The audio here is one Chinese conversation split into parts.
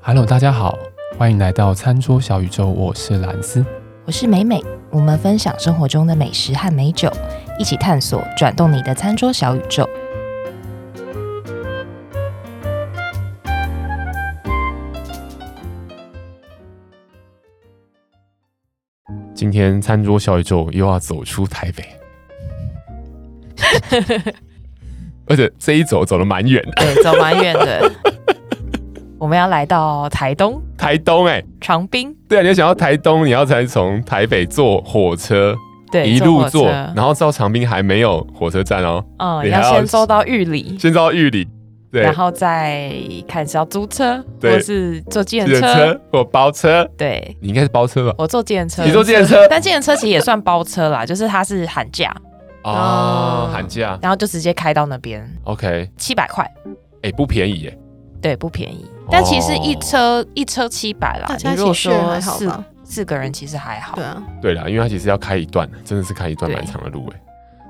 Hello，大家好，欢迎来到餐桌小宇宙，我是蓝斯。我是美美，我们分享生活中的美食和美酒，一起探索转动你的餐桌小宇宙。今天餐桌小宇宙又要走出台北， 而且这一走走的蛮远的， 对，走蛮远的， 我们要来到台东台东哎、长滨，对啊，你要想到台东，你要才从台北坐火车对，一火路车坐，然后到长滨还没有火车站哦，嗯，你要还要先坐到玉里，先到玉里，对然，后再看是要租车，对或是坐计程计车，程车或包车，对。你应该是包车吧？我坐计程车，你坐计程车但计程车其实也算包车啦，就是它是喊价，哦哦，寒假然后就直接开到那边， ，OK，七百块，哎、不便宜耶，对，不便宜。但其实哦一车、一车七百啦大，家你一如果起去说哦还好四吧？四个人其实还好对，啊，对啦，因为它其实要开一段，真的是开一段对蛮长的路哎，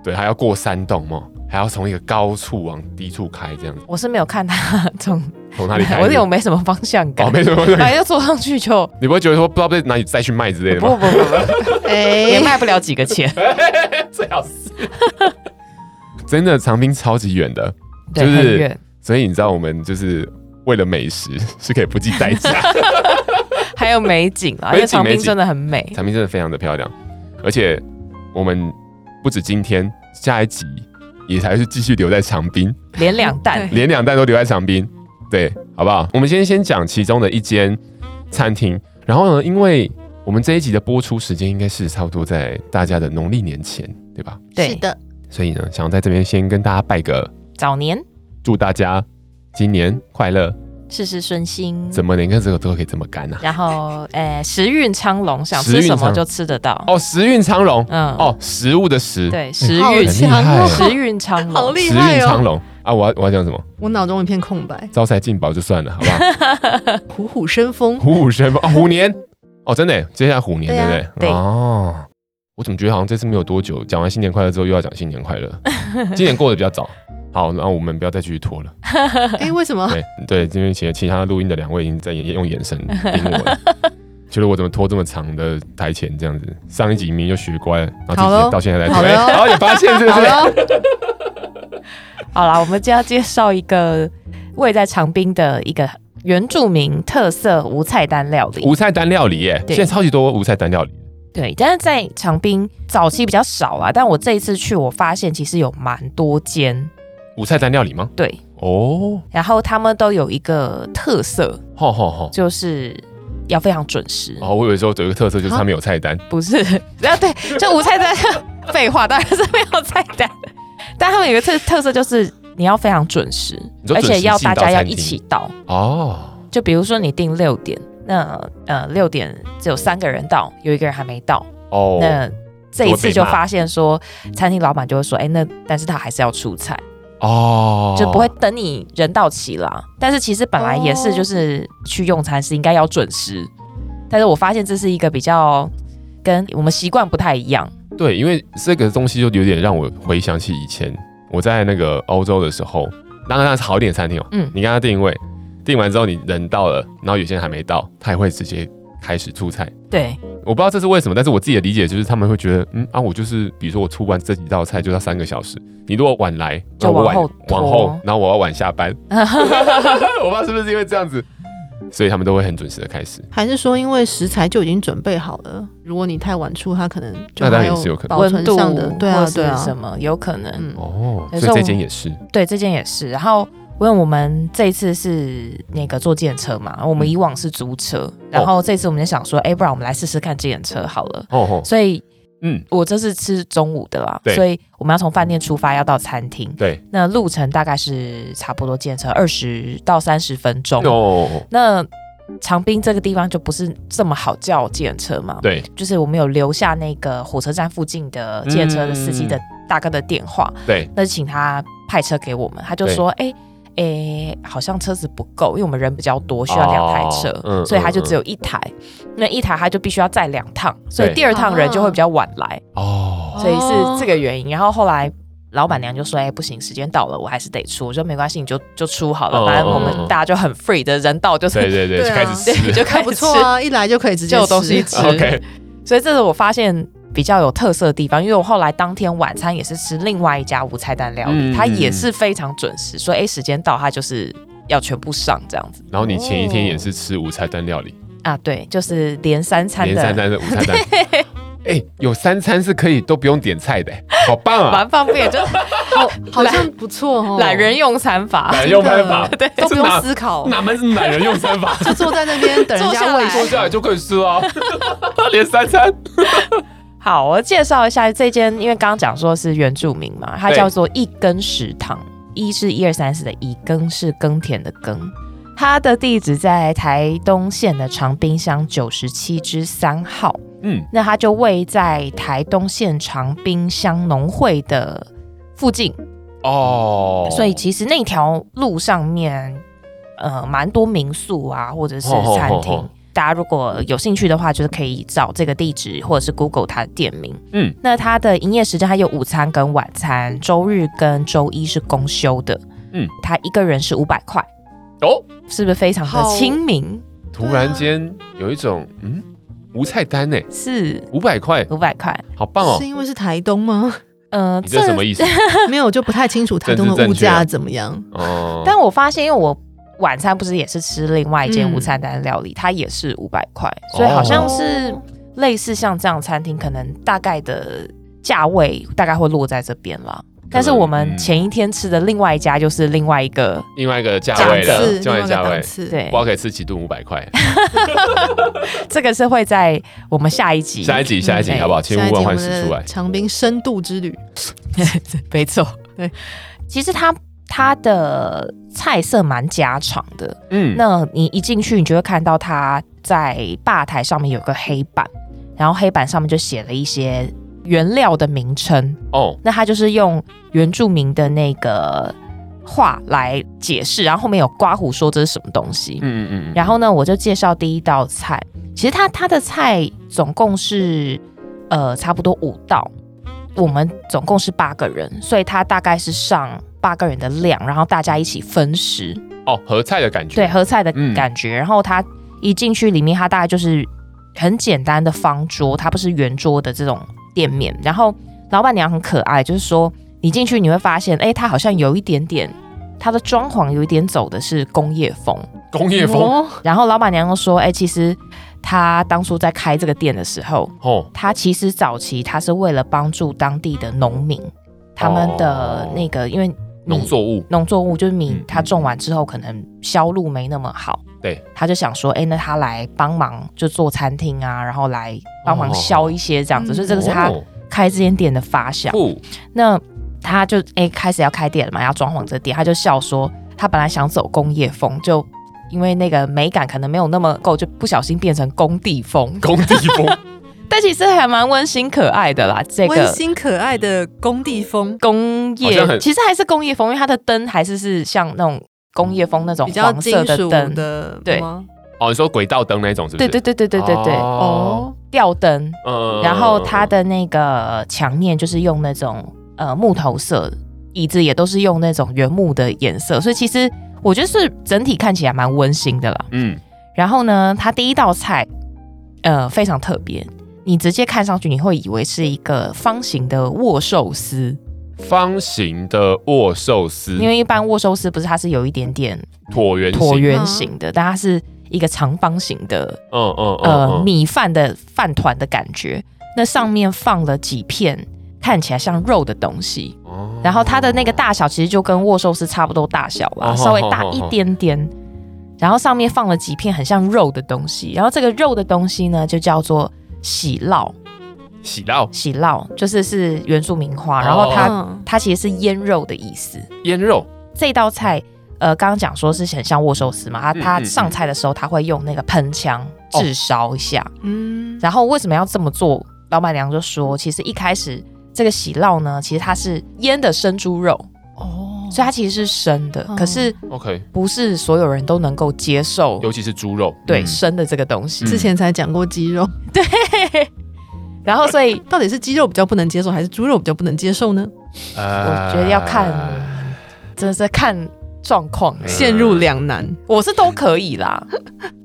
对，还要过山洞哦，还要从一个高处往低处开，这样子我是没有看他 从，从哪里开？我是有没什么方向感，哦，没什么，反正坐上 去就你不会觉得说不知道被哪里再去卖之类不的不吗？不不， 也哎、卖不了几个钱，最好是，真的长滨超级远的，对，就是很远。所以你知道我们就是为了美食是可以不计代 价，还有美景啊，美景因为长美滨景真的 很美，长滨真的非常的漂亮，而且我们不止今天，下一集也还是继续留在长滨。连两弹连两弹都留在长滨，对，好不好？我们先先讲其中的一间餐厅，然后呢，因为我们这一集的播出时间应该是差不多在大家的农历年前，对吧？是对，的，所以呢，想要在这边先跟大家拜个，早年祝大家今年快乐，事事顺心，怎么连个这个都可以这么干啊呢、然后呃时运昌隆，想时吃运什么昌就吃得到，哦，时运昌隆，嗯，哦，食物的食，对，时好运很厉害啊强哦时运 昌好隆，厉时害运昌哦！隆啊！我要我要讲什么？我脑中一片空白，招财进宝就算了，好不好？虎虎生风。虎虎生风啊，虎年哦，真的耶，接下来虎年对对啊不对？对哦，我怎么觉得好像这次没有多久，讲完新年快乐之后又要讲新年快乐， 今年过得比较早。好，那我们不要再继续拖了。哎、为什么？ 对对，因为其其他录音的两位已经在眼用眼神盯我 了，觉得我怎么拖这么长的台前这样子？上一集明明就学乖了，然后好这集咯到现在才好拖， 咯哎然后你发现是不好是？了，好啦，我们就要介绍一个位在长滨的一个原住民特色无菜单料理。无菜单料理耶，对现在超级多无菜单料理。对，但是在长滨早期比较少啊，但我这一次去，我发现其实有蛮多间。无菜单料理吗？对，哦，然后他们都有一个特色，吼吼吼！就是要非常准时。哦，我有时候有一个特色就是他们有菜单，不是， 啊，对，就无菜单， 废话，当然是没有菜单。但他们有一个特特色就是你要非常准时，你说而准时且要进到大家要餐一厅起到。哦。就比如说你定六点，那呃六点只有三个人到，有一个人还没到，哦，那这一次就就会被骂发现说，餐厅老板就会说，哎、那但是他还是要出菜，哦，就不会等你人到齐啦。但是其实本来也是，哦就是去用餐是应该要准时，但是我发现这是一个比较跟我们习惯不太一样。对，因为这个东西就有点让我回想起以前我在那个欧洲的时候，当然那是好一点的餐厅哦，嗯你跟他定位，定完之后你人到了，然后有些人还没到，他也会直接开始出菜。对我不知道这是为什么，但是我自己的理解就是他们会觉得，嗯啊，我就是比如说我出完这几道菜就要三个小时，你如果晚来，就那我晚往后拖往后，然后我要晚下班，呃我不知道是不是因为这样子，所以他们都会很准时的开始。 还是说因为食材就已经准备好了？如果你太晚出，它可能就那当然还也是有可能保 温存度上的，对或啊，是对啊，什么有可能，嗯，哦，所有以时候这间也是对，这件也是。然后因为我们这一次是那个坐电车嘛，嗯我们以往是租车，然后这次我们就想说，哎、不然我们来试试看电车好了。哦哦，所以嗯，我这是吃中午的啦对，所以我们要从饭店出发，要到餐厅，对，那路程大概是差不多电车二十到三十分钟。哦，那长滨这个地方就不是这么好叫计程车嘛，对就是我们有留下那个火车站附近的计程车的司机嗯的大哥的电话，对，那就请他派车给我们，他就说，哎。诶、好像车子不够，因为我们人比较多，需要两台车，哦嗯所以他就嗯只有一台。那一台他就必须要载两趟，所以对第二趟人就会比较晚来，哦，所以是这个原因。然后后来，老板娘就说：“哎、不行，时间到了，我还是得出。”我说：“没关系，你就就出好嗯了，反正我嗯嗯们大家就很 free 的，人到就是 对对对，对就啊开始对，吃。就开还始不 错啊，一来就可以直接就有东西吃吃。 OK，所以这是我发现比较有特色的地方，因为我后来当天晚餐也是吃另外一家无菜单料嗯理，它也是非常准时，说哎、时间到，它就是要全部上这样子然后你前一天也是吃午餐单料理，啊，对，就是连三餐连三的。餐是午餐单。哎，有三餐是可以都不用点菜的，好棒啊！蛮方便， 就是 好，好像不错哦。懒人用餐法。懒人用餐法，对都不这哪用 思考，哪门子懒人用餐法？就坐在那边等人坐家下喂来坐食。下来就可以吃啊，连三餐。好，我介绍一下这间，因为刚刚讲说是原住民嘛，它对叫做一耕食堂，一是一二三四的一，耕是耕田的耕。它的地址在台东县的长滨乡九十七之三号，嗯，那它就位在台东县长滨乡农会的附近，哦， 所以其实那条路上面，呃，蛮多民宿啊，或者是餐厅。哦哦哦哦大家如果有兴趣的话，就是可以找这个地址，或者是 Google 它的店名。嗯，那它的营业时间，它有午餐跟晚餐，周日跟周一是公休的。嗯，它一个人是五百块，哦，是不是非常的好亲民？突然间有一种嗯无菜单呢，是五百块，五百块。好棒哦是！因为是台东吗？ 呃，你这什么意思？没有，我就不太清楚台东政治的正物确价怎么样。哦，但我发现，因为我晚餐不是也是吃另外一间嗯午餐单料理，它也是五百块，嗯所以好像是类似像这样餐厅，可能大概的价位大概会落在这边啦。但是我们前一天吃的另外一家就是另外一个，另外一个价档位对了，次，另外一个价位档，次，对我，可以吃几顿五百 块。嗯这个是会在我们下一集，下一集，下一集嗯好不好？下千一集呼万我唤们始出来的。长滨深度之旅， 没错，对，其实它它的菜色蛮家常的，嗯，那你一进去，你就会看到他在吧台上面有个黑板，然后黑板上面就写了一些原料的名称。哦，那他就是用原住民的那个话来解释，然后后面有刮胡说这是什么东西。嗯嗯嗯，然后呢，我就介绍第一道菜。其实它它的菜总共是呃差不多五道，我们总共是八个人，所以它大概是上八个人的量，然后大家一起分食。哦，合菜的感觉。嗯对，合菜的嗯感觉。然后它一进去里面，它大概就是很简单的方桌，它不是圆桌的这种店面。然后老板娘很可爱，就是说你进去你会发现，哎，它好像有一点点。它的装潢有一点走的是工业风，工业风。哦，然后老板娘又说：“哎、其实她当初在开这个店的时候，哦，她其实早期她是为了帮助当地的农民，他们的哦那个、因为你农作物。农作物，就是米嗯，它种完之后可能销路没那么好，对，他就想说，哎、那他来帮忙就做餐厅啊，然后来帮忙销一些这样子，哦所以这个是他哦开这间店的发想。不，那他就哎、开始要开店了嘛，要装潢这店，他就笑说，他本来想走工业风，就因为那个美感可能没有那么够，就不小心变成工地风，工地 风。但其实还蛮温馨可爱的啦，这温个。馨可爱的工地风，工好像很业其实还是工业风，因为它的灯还是是像那种工业风那种比较黄色金的属灯，的，对吗？哦，你说轨道灯那种是不对是？对对对对对对，哦，吊灯，嗯然后它的那个墙面就是用那种呃木头色，椅子也都是用那种原木的颜色，所以其实我觉得是整体看起来蛮温馨的啦。嗯，然后呢，它第一道菜呃非常特别，你直接看上去你会以为是一个方形的握寿司，方形的握寿司，因为一般握寿司不是它是有一点点椭圆形，椭圆形的，但它是一个长方形的嗯嗯嗯呃嗯，米饭的饭团的感觉，那上面放了几片看起来像肉的东西，哦然后它的那个大小其实就跟握寿司差不多大小啦，哦稍微大一点点。然后上面放了几片很像肉的东西，然后这个肉的东西呢就叫做喜酪，喜酪喜酪就是是原住民话，哦然后它、嗯它其实是腌肉的意思。腌肉，这道菜，呃，刚刚讲说是很像握寿司嘛，它嗯它嗯上菜的时候它会用那个喷枪哦炙烧一下，嗯，然后为什么要这么做？老板娘就说，其实一开始这个喜酪呢，其实它是腌的生猪肉，哦所以它其实是生的，哦可是 OK，不是所有人都能够接受尤其是猪肉，哦对嗯生的这个东西。嗯之前才讲过鸡肉，然后所以 到底是鸡肉比较不能接受，还是猪肉比较不能接受呢？嗯我觉得要看哎真的是看状况，呃陷入两难。我是都可以啦，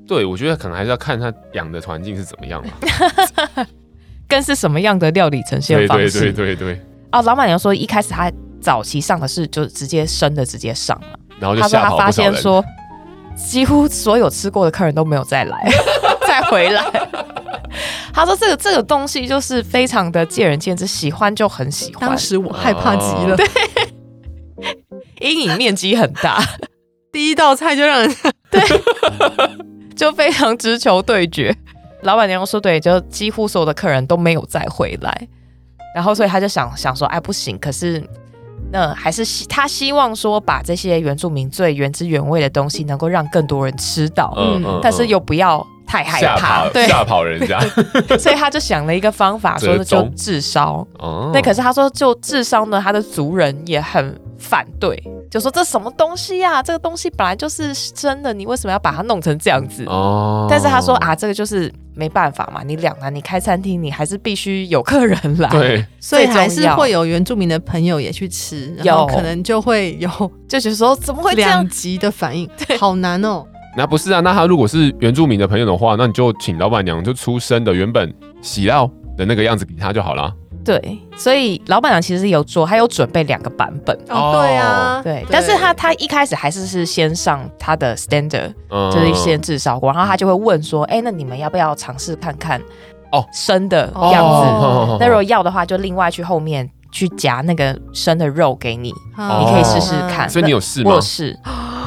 对，我觉得可能还是要看他养的环境是怎么样嘛。跟是什么样的料理呈现对方对式。对对对，哦，老板娘说一开始她早期上的是就直接生的直接上嘛，然后就她说吓她跑不发少人现。说几乎所有吃过的客人都没有再来 再回来。 她说这个这个东西就是非常的见仁见智，喜欢就很喜欢当，时我害怕极哦了，对，阴影面积很大， 第一道菜就让人就非常直球对决。老板娘说对，就几乎所有的客人都没有再回来，然后所以她就想想说，哎，不行，可是。那还是希她希望说，把这些原住民最原汁原味的东西，能够让更多人吃到。嗯嗯但是又不要太害吓怕，跑对，吓跑人家。 所以他就想了一个方法，说折就中自烧。哦那可是他说就自烧呢，他的族人也很反对，就说这什么东西呀、这个东西本来就是真的，你为什么要把它弄成这样子？哦但是他说，啊，这个就是没办法嘛，你两难，你开餐厅你还是必须有客人来，，对，所以还最是重要会有原住民的朋友也去吃，然后有可能就会有就觉得说怎么会这样两？极的反应，好难哦。那不是啊，那他如果是原住民的朋友的话，那你就请老板娘就出生的原本喜料的那个样子给他就好了。对，所以老板娘其实有做，她有准备两个版本。哦对啊，对，但是她她一开始还是是先上她的 standard，嗯就是先炙烧锅，然后他就会问说：“哎、那你们要不要尝试看看？哦生的哦样子。哦那如果要的话，就另外去后面去夹那个生的肉给你，哦你可以试试看。所以你有试那吗我？试，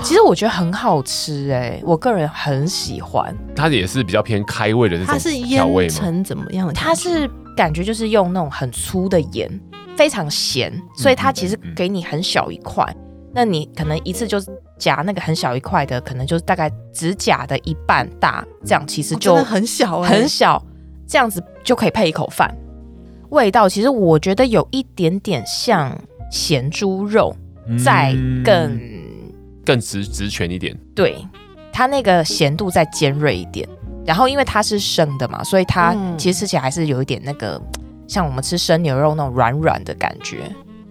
其实我觉得很好吃哎、我个人很喜欢。它也是比较偏开胃的这它是种调味腌吗？成怎么样的感觉？它是感觉就是用那种很粗的盐，非常咸，嗯所以它其实给你很小一块。那你可能一次就夹那个很小一块的，可能就是大概指甲的一半大，这样其实哦就真的很小哎欸，很小，这样子就可以配一口饭。味道其实我觉得有一点点像咸猪肉，嗯再更、更直直全一点。对它那个咸度再尖锐一点。然后因为它是生的嘛，所以它嗯其实吃起来还是有一点那个。像我们吃生牛肉那种软软的感觉，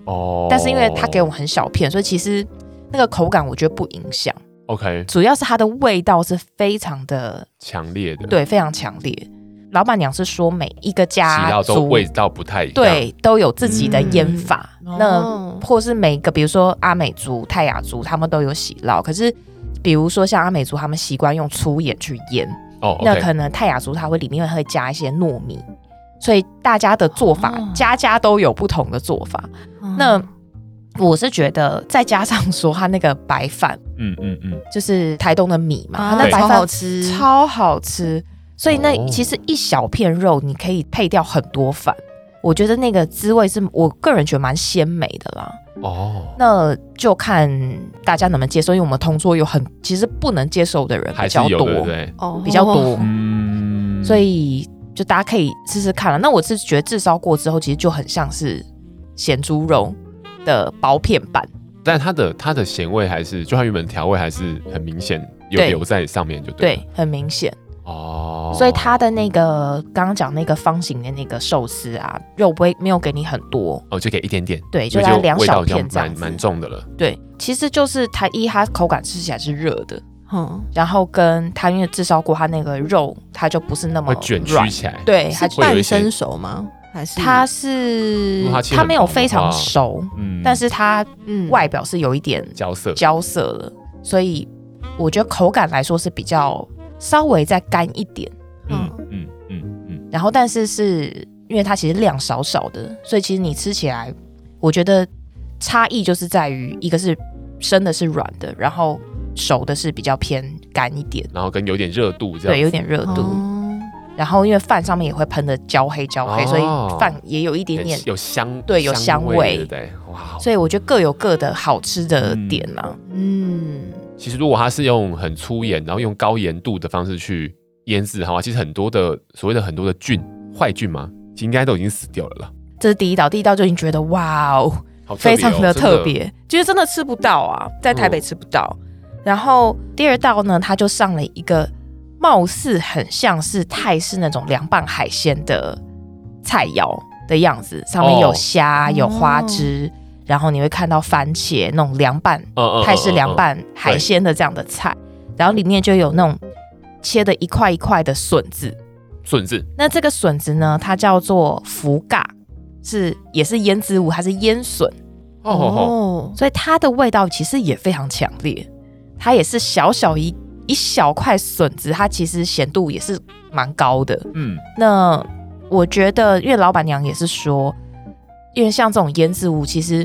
哦但是因为它给我们很小片，所以其实那个口感我觉得不影响， OK 主要是它的味道是非常的强烈的，，对，非常强烈。老板娘是说每一个喜家料都族味道不太一样。，对，都有自己的腌法。嗯哦那或是每个，比如说阿美族、泰雅族，他们都有洗烙。可是，比如说像阿美族，他们习惯用粗盐去腌，哦那，OK，可能泰雅族它会里面会加一些糯米。所以大家的做法，哦家家都有不同的做法。嗯那我是觉得，再加上说它那个白饭，嗯嗯嗯，就是台东的米嘛，啊它那对白超饭好吃，超好吃。所以那哦其实一小片肉，你可以配掉很多饭。我觉得那个滋味是我个人觉得蛮鲜美的啦。哦，那就看大家能不能接受，因为我们同桌有很其实不能接受的人比还是较有多的，，对不对？哦比较多，嗯，所以就大家可以试试看了。那我是觉得炙烧过之后，其实就很像是咸猪肉的薄片版。但它的它的咸味还是，就它原本调味还是很明显有对留在上面，就对了。啊对，很明显，哦，所以它的那个刚刚讲那个方形的那个寿司啊，肉不会没有给你很多，哦就给一点点，对，所就以大概就两味小道就片这样蛮子蛮重的了。对，其实就是它一它口感吃起来是热的，嗯，然后跟它因为炙烧过它那个肉，它就不是那么会卷曲哦软，起来，对，它是就会有一些半生熟吗？还是它是如果它切很它没有薄的非常话熟，嗯但是它嗯外表是有一点焦色，焦色了，所以我觉得口感来说是比较稍微再干一点，嗯嗯嗯嗯，然后但是是因为它其实量少少的，所以其实你吃起来，我觉得差异就是在于一个是生的是软的，然后熟的是比较偏干一点，然后跟有点热度这对，样。有点热度。哦然后因为饭上面也会喷的焦黑焦黑，哦所以饭也有一点点哎有，有香，对有香味，味对不对？哇，哦所以我觉得各有各的好吃的点啦、嗯，其实如果它是用很粗盐，然后用高盐度的方式去腌制的话，其实很多的所谓的很多的菌，坏菌嘛，其实应该都已经死掉了啦。这是第一道，第一道就已经觉得哇哦，好特别非哦，常的真嗯特，别，就是真的吃不到啊，在台北吃不到。然后第二道呢，他就上了一个貌似很像是泰式那种凉拌海鲜的菜肴的样子，上面有哦虾、有花枝，然后你会看到番茄那种凉拌嗯嗯泰式凉，嗯嗯拌海鲜的这样的嗯菜，然后里面就有那种切的一块一块的笋子。嗯顺治那这个笋子呢，它叫做福嘎，是也是腌制物，它是腌笋，哦吼吼，所以它的味道其实也非常强烈。它也是小小一一小块笋子，它其实咸度也是蛮高的。嗯，那我觉得，因为老板娘也是说，因为像这种腌制物，其实，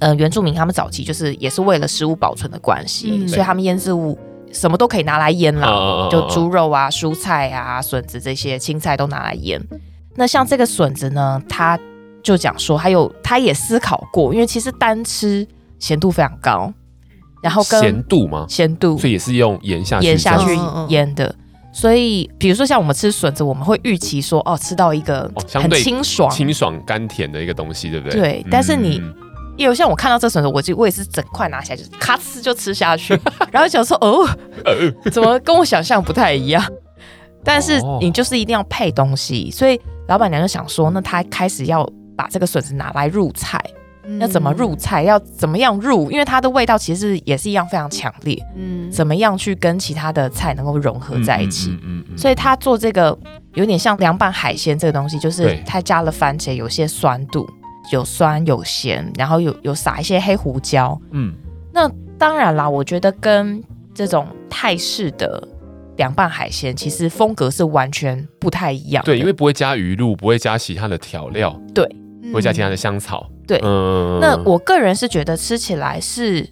呃，原住民他们早期就是也是为了食物保存的关系，嗯所以他们腌制物什么都可以拿来腌啦，嗯嗯嗯就嗯猪肉啊、蔬菜啊、笋子这些青菜都拿来腌。那像这个笋子呢，他就讲说，还有他也思考过，因为其实单吃咸度非常高，然后咸跟度吗？咸度所以也是用盐下去，腌下去嗯嗯嗯腌的。所以，比如说像我们吃笋子，我们会预期说，哦，吃到一个哦相很对清爽。清爽甘甜的一个东西，对不对？对嗯但是你因为像我看到这笋子，我就我也是整块拿起来，就是咔哧就吃下去，然后想说，哦，怎么跟我想象不太一样？但是呃哦你就是一定要配东西，所以老板娘就想说，那她开始要把这个笋子拿来入菜，嗯要怎么入？菜，要怎么样入？因为它的味道其实也是一样非常强烈，嗯，怎么样去跟其他的菜能够融合在一起？嗯嗯嗯嗯所以他做这个有点像凉拌海鲜这个东西，就是对他加了番茄，有些酸度，有酸有咸，然后有有撒一些黑胡椒。嗯当然啦，我觉得跟这种泰式的凉拌海鲜其实风格是完全不太一样的。对，因为不会加鱼露，不会加其他的调料，不会加其他的？的香草。嗯对嗯那我个人是觉得吃起来是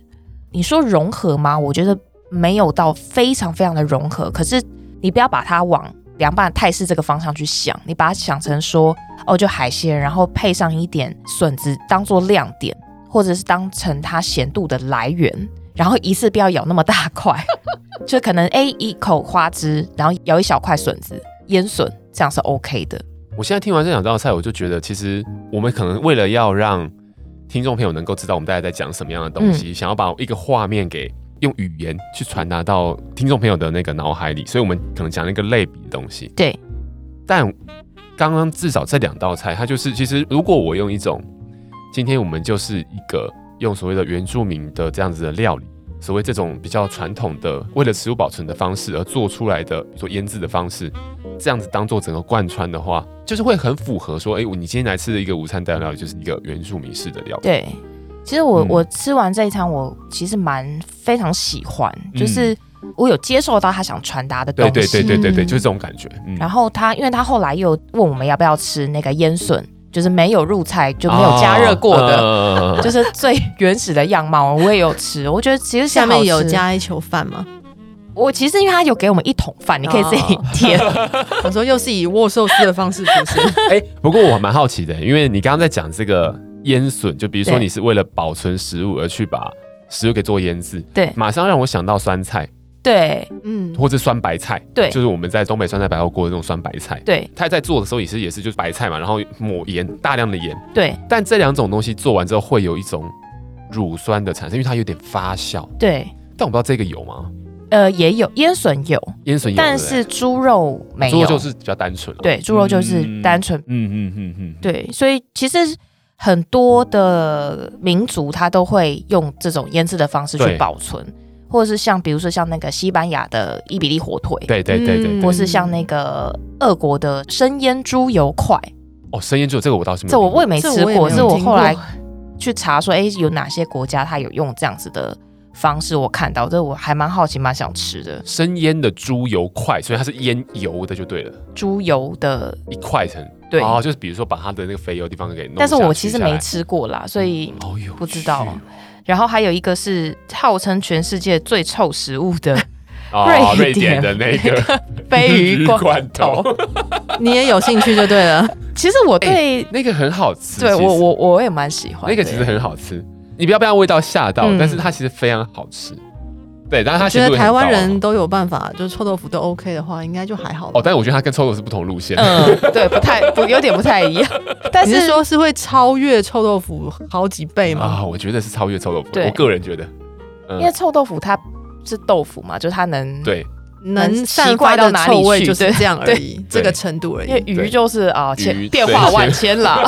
你说融合吗？我觉得没有到非常非常的融合，可是你不要把它往凉拌泰式这个方向去想，你把它想成说哦，就海鲜，然后配上一点笋子当做亮点，或者是当成它咸度的来源，然后一次不要咬那么大块， 就可能哎一口花枝，然后咬一小块笋子腌笋，这样是 OK 的。我现在听完这两道菜，我就觉得其实我们可能为了要让听众朋友能够知道我们大家在讲什么样的东西，想要把一个画面给用语言去传达到听众朋友的那个脑海里，所以我们可能讲了一个类比的东西。对，但刚刚至少这两道菜，它就是其实如果我用一种今天我们就是一个用所谓的原住民的这样子的料理，所谓这种比较传统的为了食物保存的方式而做出来的，比如说腌制的方式，这样子当做整个贯穿的话，就是会很符合说，哎、我你今天来吃的一个午餐代料理就是一个原住民式的料理，对，其实我、嗯我吃完这一餐，我其实蛮非常喜欢，嗯就是我有接受到他想传达的东对西。对对对对对，嗯就是这种感觉。嗯，然后他，因为他后来又问我们要不要吃那个腌笋，就是没有入菜就没有加热过的，哦嗯就是最 原始的样貌。我也有吃，我觉得其实是下面有好吃。加一球饭 吗？我其实因为他有给我们一桶饭，你可以自哦 己填。我说又是以握寿司的方式，是不 是？哎、不过我蛮好奇的，因为你刚刚在讲这个腌笋，就比如说对你是为了保存食物而去把食物给做腌制，对马上让我想到酸菜对嗯，或者酸白菜，对就是我们在东北酸菜白肉锅的那种酸白菜。对它在做的时候也是也是就是白菜嘛，然后抹盐大量的盐，对但这两种东西做完之后会有一种乳酸的产生，因为它有点发酵，对，但我不知道这个有吗？呃，也有腌笋有，腌笋有，但对不对是猪肉没猪有。肉就是比较单纯、啊，，对，猪肉就是嗯单纯嗯嗯嗯嗯，对，所以其实很多的民族他都会用这种腌制的方式去对保存，或者是像比如说像那个西班牙的伊比利火腿，对对对对嗯对或，是像那个俄国的生腌猪油块，哦，生腌猪肉这个我倒是没有这我听过我也没这吃我也过，没是有我听后来过去查说，哎，有哪些国家它有用这样子的方式，我看到这我还蛮好奇，蛮想吃的生腌的猪油块，所以它是腌油的就对了，猪油的，一块层。对哦，就是比如说把它的那个肥油地方给弄下去。嗯但是我其实没下哦吃过啦，所以来，好有趣不知道然后还有一个是号称全世界最臭食物的哦，瑞瑞典典的那 个 鲱鱼罐头。罐，你也有兴趣就对了。其实我对、 那个很好吃。对哎其实我我我也蛮喜欢的那个其实很好吃，你不要被它味道吓到，嗯但是它其实非常好吃。对，但是它我其觉实得台湾人都有办法，就是臭豆腐都 OK 的话，应该就还好吧。哦，但是我觉得它跟臭豆腐是不同路线。嗯，对，不太不有点不太一样， 哦但你是是说是会超越臭豆腐好几倍吗？啊，我觉得是超越臭豆腐，对我个人觉得。嗯因为臭豆腐它是豆腐嘛，就是它能对，能奇散怪发到的哪里臭味去就是对这样而对已，这个程度而因为已。鱼就是啊，千鱼变对化万千啦。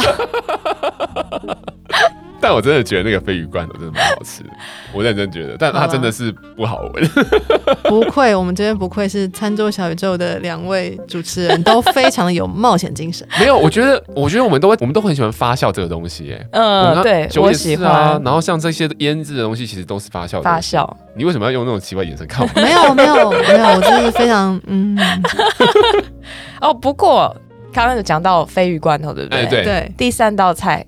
但我真的觉得那个鲱鱼罐头真的蛮好 吃的，我认真觉得，但它真的是不好闻。不愧，我们这边不愧是餐桌小宇宙的两位主持人，都非常的有冒险精神。 没有，我觉得，我觉得我们都会，我们都很喜欢发酵这个东西、耶。我 嗯，们对，酒我也是喜啊欢，然后像这些腌制的东西，其实都是发酵的发东西。酵。你为什么要用那种奇怪的眼神看 我？没有没有没有，我真的是非常嗯，哦，不过刚刚有讲到鲱鱼罐头，对不对？哎 对对，第三道菜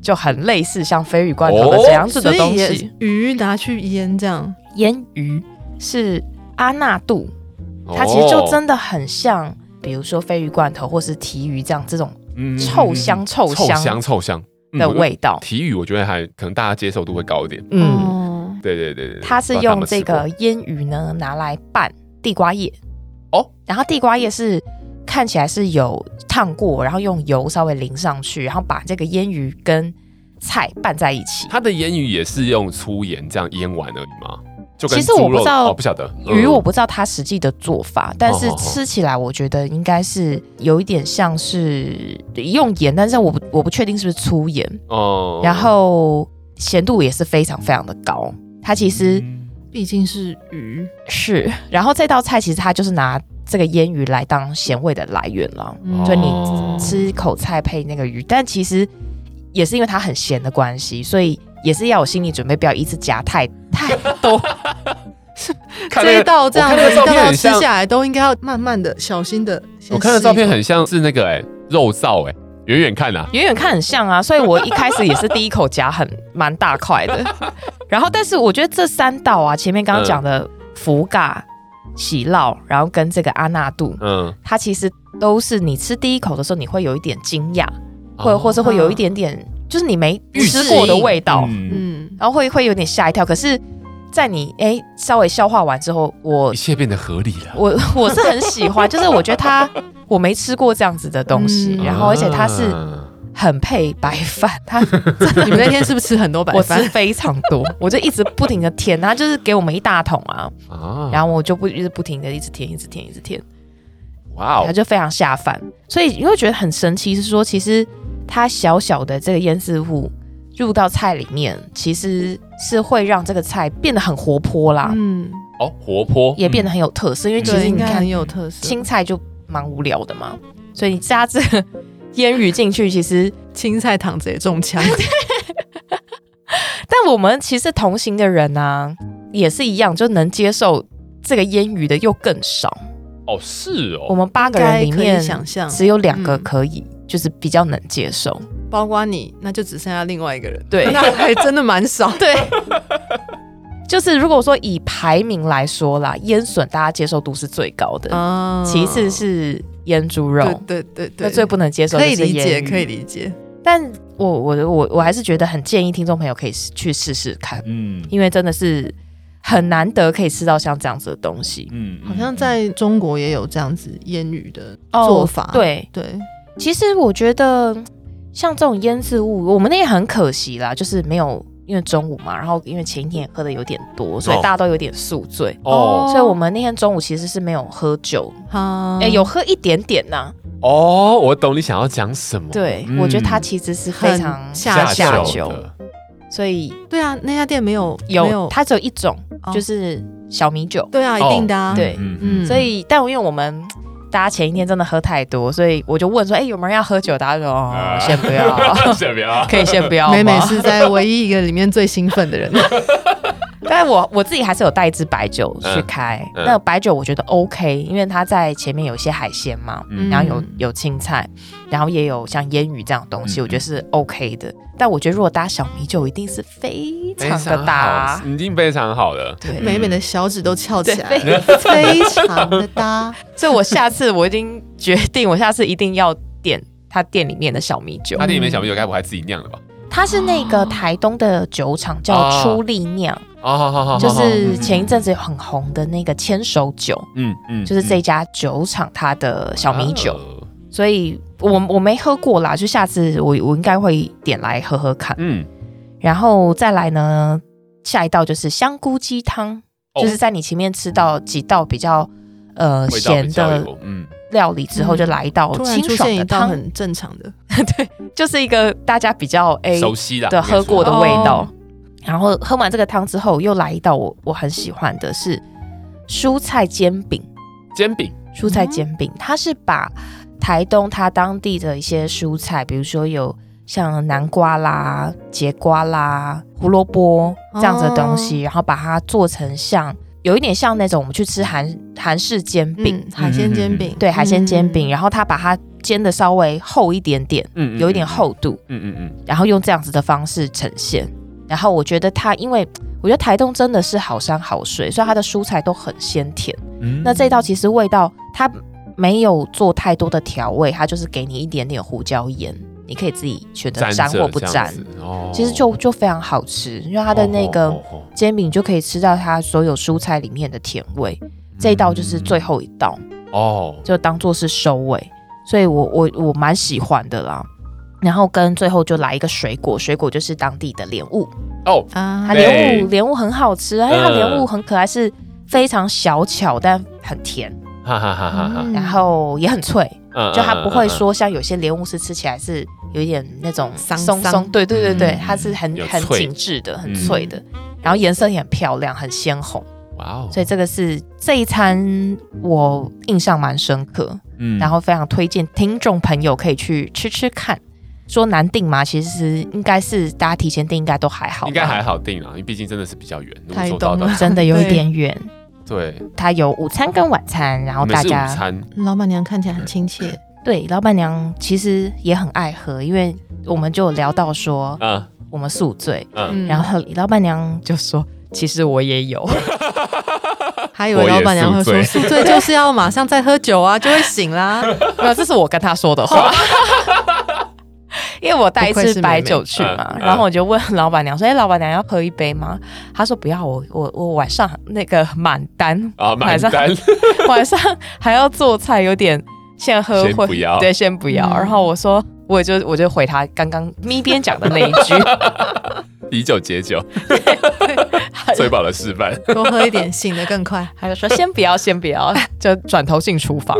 就很类似像鲱鱼罐哦头的这样子所的以东也西，鱼拿去腌这样，腌鱼是阿纳度，它哦其实就真的很像，比如说鲱鱼罐头或是提鱼这样这种嗯臭香臭臭香香嗯臭香的。味道。体育我觉得还可能大家接受度会高一点。嗯，哦，对对对对，它是不知道用他们这吃过个腌鱼呢拿来拌地瓜叶。哦，然后地瓜叶是看起来是有烫过，然后用油稍微淋上去，然后把这个腌鱼跟菜拌在一起。它的腌鱼也是用粗盐这样腌完而已吗？就跟其实我猪不肉知道哦，不晓得鱼嗯我不知道它实际的做法，但是哦哦哦吃起来我觉得应该是有一点像是用盐，但是我不我不确定是不是粗盐，哦然后咸度也是非常非常的高。它其实嗯毕竟是鱼，是，然后这道菜其实它就是拿这个腌鱼来当咸味的来源了，嗯所以你哦吃口菜配那个鱼，但其实也是因为它很咸的关系，所以也是要有心理准备，不要一次 夹太太多。看那这个一道这样我看那子个一照道片道很吃像，下来，都应该要慢慢的、小心的。我看的照片，很像是那个哎肉燥哎，远远看啊，远远看很像啊，所以我一开始也是第一口夹很蛮大块的。 然后，但是我觉得这三道啊，前面刚刚讲的嗯福嘎、喜酪，然后跟这个阿纳度，嗯，它其实都是你吃第一口的时候，你会有一点惊讶，或、哦或是会有一点点，就是你没预吃过的味道，嗯嗯，然后会会有点吓一跳。可是，在你哎稍微消化完之后，我一切变得合理了。我我是很喜欢，就是我觉得它我没吃过这样子的东西，嗯然后而且它是。啊很配白饭， 它 你们那天是不是吃很多白我吃饭？非常 多，我就一直不停的填，他就是给我们一大桶啊，啊，然后我就不一直不停的一直填，一直填，一直填，哇他哦，就非常下饭。所以你会觉得很神奇，是说其实它小小的这个腌制物入到菜里面，其实是会让这个菜变得很活泼啦，嗯，哦活泼，也变得很有特色。因为其对，实应你该看很有特色，青菜就蛮无聊的嘛，所以你加这个 腌鱼进去，其实青菜躺着也中 枪，但我们其实同行的人呢、也是一样，就能接受这个烟鱼的又更少。哦是哦，我们八个应人该里可以面，想象，只有两个嗯可以，就是比较能接受。包括你，那就只剩下另外一个人，对那还真的蛮少。 对，就是如果说以排名来说啦，烟笋大家接受度是最高的，啊 其次是腌猪肉，对对对对，那最不能接受可以就是理解，腌鱼可以。理解。但我我我我还是觉得很建议听众朋友可以试去试试看，嗯因为真的是很难得可以吃到像这样子的东西。嗯好像在中国也有这样子烟雨的哦做法，对，对，其实我觉得像这种腌制物，我们那也很可惜啦，就是没有因为中午嘛，然后因为前一天也喝的有点多，所以哦大家都有点宿醉。哦所以我们那天中午其实是没有喝酒，啊哎、有喝一点点呐、哦，我懂你想要讲什么，对，嗯我觉得它其实是非常很下下下酒酒，的所以对啊，那家店没有没有有，它只有一种，哦就是小米酒。对啊，一定的啊，哦对嗯嗯所以，但因为我们大家前一天真的喝太多，所以我就问说，哎、有没有人要喝酒？大家说，哦，啊先不要， 先不要，可以先不要吗。美美是在唯一一个里面最兴奋的人，但我我自己还是有带一支白酒去开。嗯嗯那白酒我觉得 OK，因为它在前面有一些海鲜嘛，嗯然后有嗯有青菜，然后也有像腌鱼这样的东西，嗯我觉得是 OK 的。但我觉得如果搭小米酒，一定是非常的搭。啊已经非常好了。对美美的小指都翘起来对了，非常的 搭。所以我下次我已经决定，我下次一定要点他店里面的小米酒他。店里面小米酒该不会还自己酿的吧？它是那个台东的酒厂叫哦初力酿，哦，好好好，就好是前一阵子很红的那个千手酒，嗯嗯就是这家酒厂它的小米酒。哦所以我我没喝过啦，就下次我我应该会点来喝喝看。嗯，然后再来呢，下一道就是香菇鸡汤，哦就是在你前面吃到几道比较呃味道咸比较的有，嗯，料理之后，嗯就来一道突然清出爽现一的道汤，很正常的，就是一个大家比较哎熟悉啦，对应该说喝过的味道哦。然后喝完这个汤之后，又来一道我我很喜欢的是蔬菜煎饼。煎饼，蔬菜嗯煎饼，它是把台东它当地的一些蔬菜，比如说有像南瓜啦、节瓜啦、胡萝卜这样子的东哦西，然后把它做成像有一点像那种我们去吃韩韩式煎饼，嗯，海鲜煎饼，对海鲜煎饼，嗯然后它把它煎的稍微厚一点点，嗯有一点，厚度，嗯嗯嗯然后用这样子的方式呈现。然后我觉得它，因为我觉得台东真的是好山好水，所以它的蔬菜都很鲜甜。嗯嗯，那这道其实味道它没有做太多的调味，它就是给你一点点胡椒盐，你可以自己选择沾或不沾。，哦其实就就非常好吃，因为它的那个哦哦哦哦煎饼就可以吃到它所有蔬菜里面的甜味。这一道就是最嗯后一道，哦，就当做是收尾，所以我我我蛮喜欢的啦。然后跟最后就来一个水果，水果就是当地的莲雾，哦，啊它，对莲雾莲雾很好吃，因哎为它嗯莲雾很可爱，是非常小巧但很甜。哈哈哈哈哈嗯然后也很脆，嗯，就它不会嗯，说像有些莲雾是吃起来是有一点那种桑松松，桑对对对对嗯，它是很有很脆嗯紧致的，很脆的，然后颜色也很漂亮，很鲜红，嗯嗯哇哦，所以这个是这一餐我印象蛮深刻，嗯然后非常推荐听众朋友可以去吃吃看。说难订嘛，其实应该是大家提前订，应该都还好，应该还。好定啦，因为毕竟真的是比较远，如果台说到东的啊真的有一点远，对，它有午餐跟晚餐，然后我们大是午家餐，老板娘看起来很亲切，对，老板娘其实也很爱喝，因为我们就有聊到说嗯我们宿醉，嗯，然后老板娘就说：“其实我也有。还以为老板娘会我说也宿醉就是要马上再喝酒啊，就会醒 啦。”没有，这是我跟她说的话，哦 因为我带一不愧是次妹妹白酒去嘛，嗯嗯然后我就问老板娘说：“哎、老板娘要喝一杯吗？”她说：“不要，我我我晚上那个满单， 啊，晚买上单， 晚上还要做菜，有点先喝先会不要对，先不要。嗯然后我说。我就我就回他刚刚咪边讲的那一句， 以酒解酒，最饱的示范， 多喝一点，醒得更快。他就说先不要，先不要，就转头进厨房。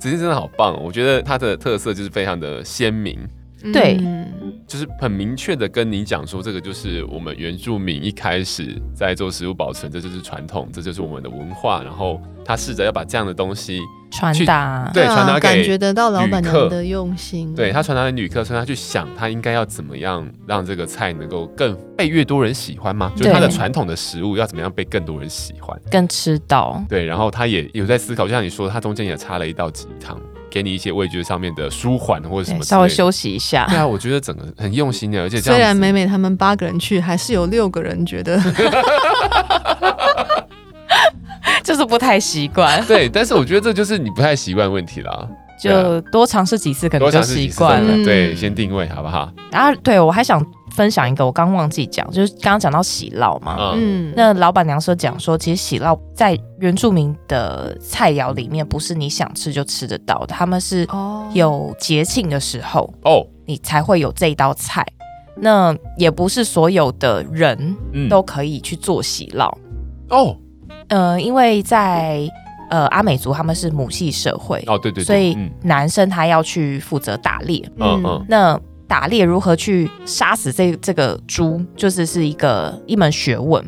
只是真的好棒哦，我觉得它的特色就是非常的鲜明，对嗯就是很明确的跟你讲说，这个就是我们原住民一开始在做食物保存，这就是传统，这就是我们的文化。然后他试着要把这样的东西，传达对啊传达给感觉得到老板旅客娘的用心。对他传达给旅客，所以他去想他应该要怎么样让这个菜能够更被越多人喜欢吗？就是对他的传统的食物要怎么样被更多人喜欢？跟吃到，对，然后他也有在思考，就像你说，他中间也插了一道鸡汤，给你一些味觉上面的舒缓或者什对么之稍微类的。休息一下 对。啊，我觉得整个很用心的，而且这虽样然子美美他们八个人去，还是有六个人觉得就是不太习 惯，对，但是我觉得这就是你不太习惯的问题啦。就多尝试几次可能啊多就尝试习几次惯再了。来嗯对，先定位好不好？然后对我还想分享一个，我刚忘记讲，就是刚刚讲到喜酪嘛。嗯， 嗯，那老板娘说讲说，其实喜酪在原住民的菜肴里面，不是你想吃就吃得到的，他们是哦有节庆的时候，哦，你才会有这一道菜。那也不是所有的人嗯，都可以去做喜酪，哦，呃，因为在呃阿美族他们是母系社会，哦，对对对，所以嗯男生他要去负责打猎。嗯嗯，那打猎如何去杀死这这个猪，就是是一个一门学问。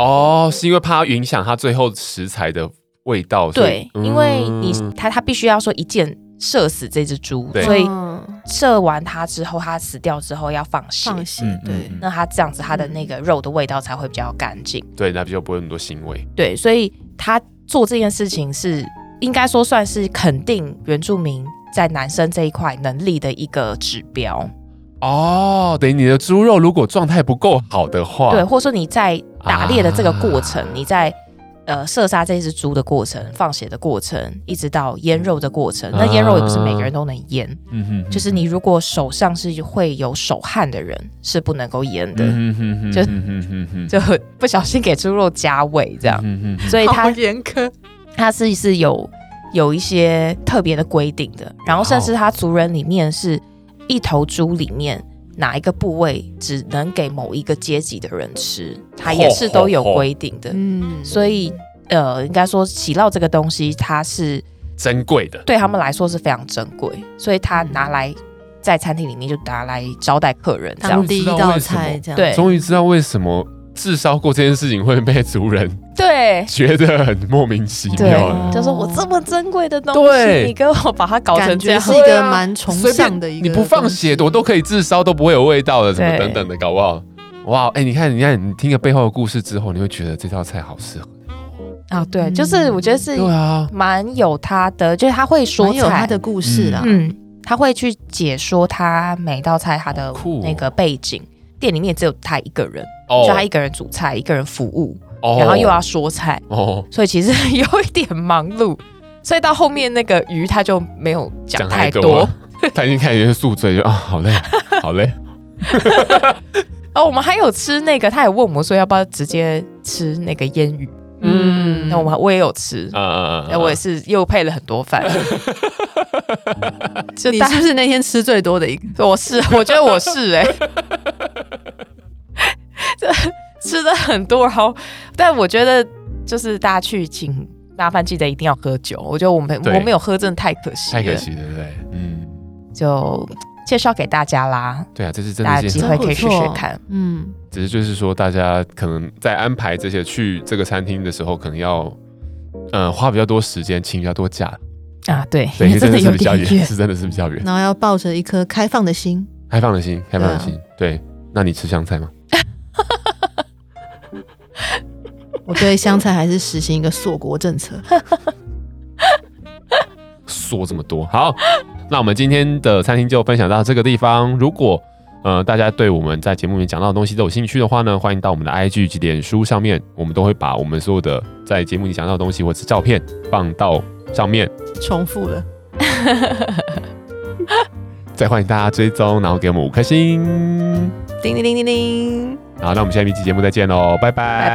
哦，是因为怕影响它最后食材的味道，所以对，因为嗯你他他必须要说一箭射死这只猪，对所以嗯射完它之后，它死掉之后要放血。放心嗯，对嗯，嗯那它这样子，它的那个肉的味道才会比较干净。对，那就不会有那么多腥味。对，所以他做这件事情是应该说算是肯定原住民在男生这一块能力的一个指标，哦，等于你的猪肉如果状态不够好的话，对，或者说你在打猎的这个过程，啊你在。呃，射杀这只猪的过程、放血的过程，一直到腌肉的过程，那腌肉也不是每个人都能腌，嗯哼，嗯哼就是你如果手上是会有手汗的人是不能够腌的，嗯哼哼就哼哼哼 就不小心给猪肉加味这样，嗯哼哼所以它好严苛，它是是有有一些特别的规定的，然后甚至它族人里面是一头猪里面哪一个部位只能给某一个阶级的人吃，它也是都有规定的，嗯，所以呃，应该说喜酪这个东西，它是珍贵的，对他们来说是非常珍贵，所以他拿来在餐厅里面就拿来招待客人这样当子。第一道菜这样。对终于知道为什么炙烧过这件事情会被族人 对觉得很莫名其对妙哦的。，就说我这么珍贵的东对西，你给我把它搞成感这觉样是，一个蛮崇尚啊的一个，你不放血我都可以自烧，都不会有味道的，什么对等等的，搞不好。哇，哎、你看，你看，你听个背后的故事之后，你会觉得这道菜好适合。啊，对，就是我觉得是对啊，蛮有他的，就是他会说蛮有菜它，的故事啦。嗯，他会去解说他每道菜它好的酷哦那个背景。店里面也只有他一个人，哦就他一个人煮菜，一个人服务，哦然后又要说菜，哦，所以其实有一点忙碌。所以到后面那个鱼他就没有讲讲太太多，多， 他已经开始宿醉，就啊，好累，好 累。哦，我们还有吃那个，他也问我们说要不要直接吃那个腌鱼，嗯嗯，那我们我也有吃，啊啊哎，我也是又配了很多 饭，就你大是不是那天吃最多的一个？我是， 我觉得我是哎、 这吃的很多，然后但我觉得就是大家去请麻烦记得一定要喝酒，我觉得我们对我没有喝真的太可惜了，太可惜了，对不对？嗯，就介绍给大家啦，对啊，这是真大家的有是机件，会可以试真试不错看，嗯，只是就是说，大家可能在安排这些去这个餐厅的时候，可能要呃花比较多时间，请比较多假，啊，对，对，因为真真的的是有比较点远，远。是真的是比较远。然后要抱着一颗开放的心，开放的心，开放的心，对。啊那你吃香菜吗？我对香菜还是实行一个锁国政策。 说这么多，好，那我们今天的餐厅就分享到这个地方。如果呃大家对我们在节目里面讲到的东西都有兴趣的话呢，欢迎到我们的 IG 及脸书上面，我们都会把我们所有的在节目里讲到的东西或者是照片放到上面，重复了，再欢迎大家追踪，然后给我们五颗星。叮铃铃铃铃。好，那我们下一期节目再见喽，拜拜，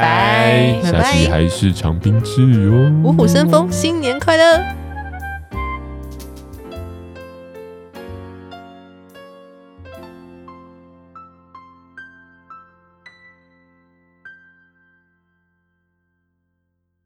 拜拜下期还是长冰室哦，五虎生风，新年快乐！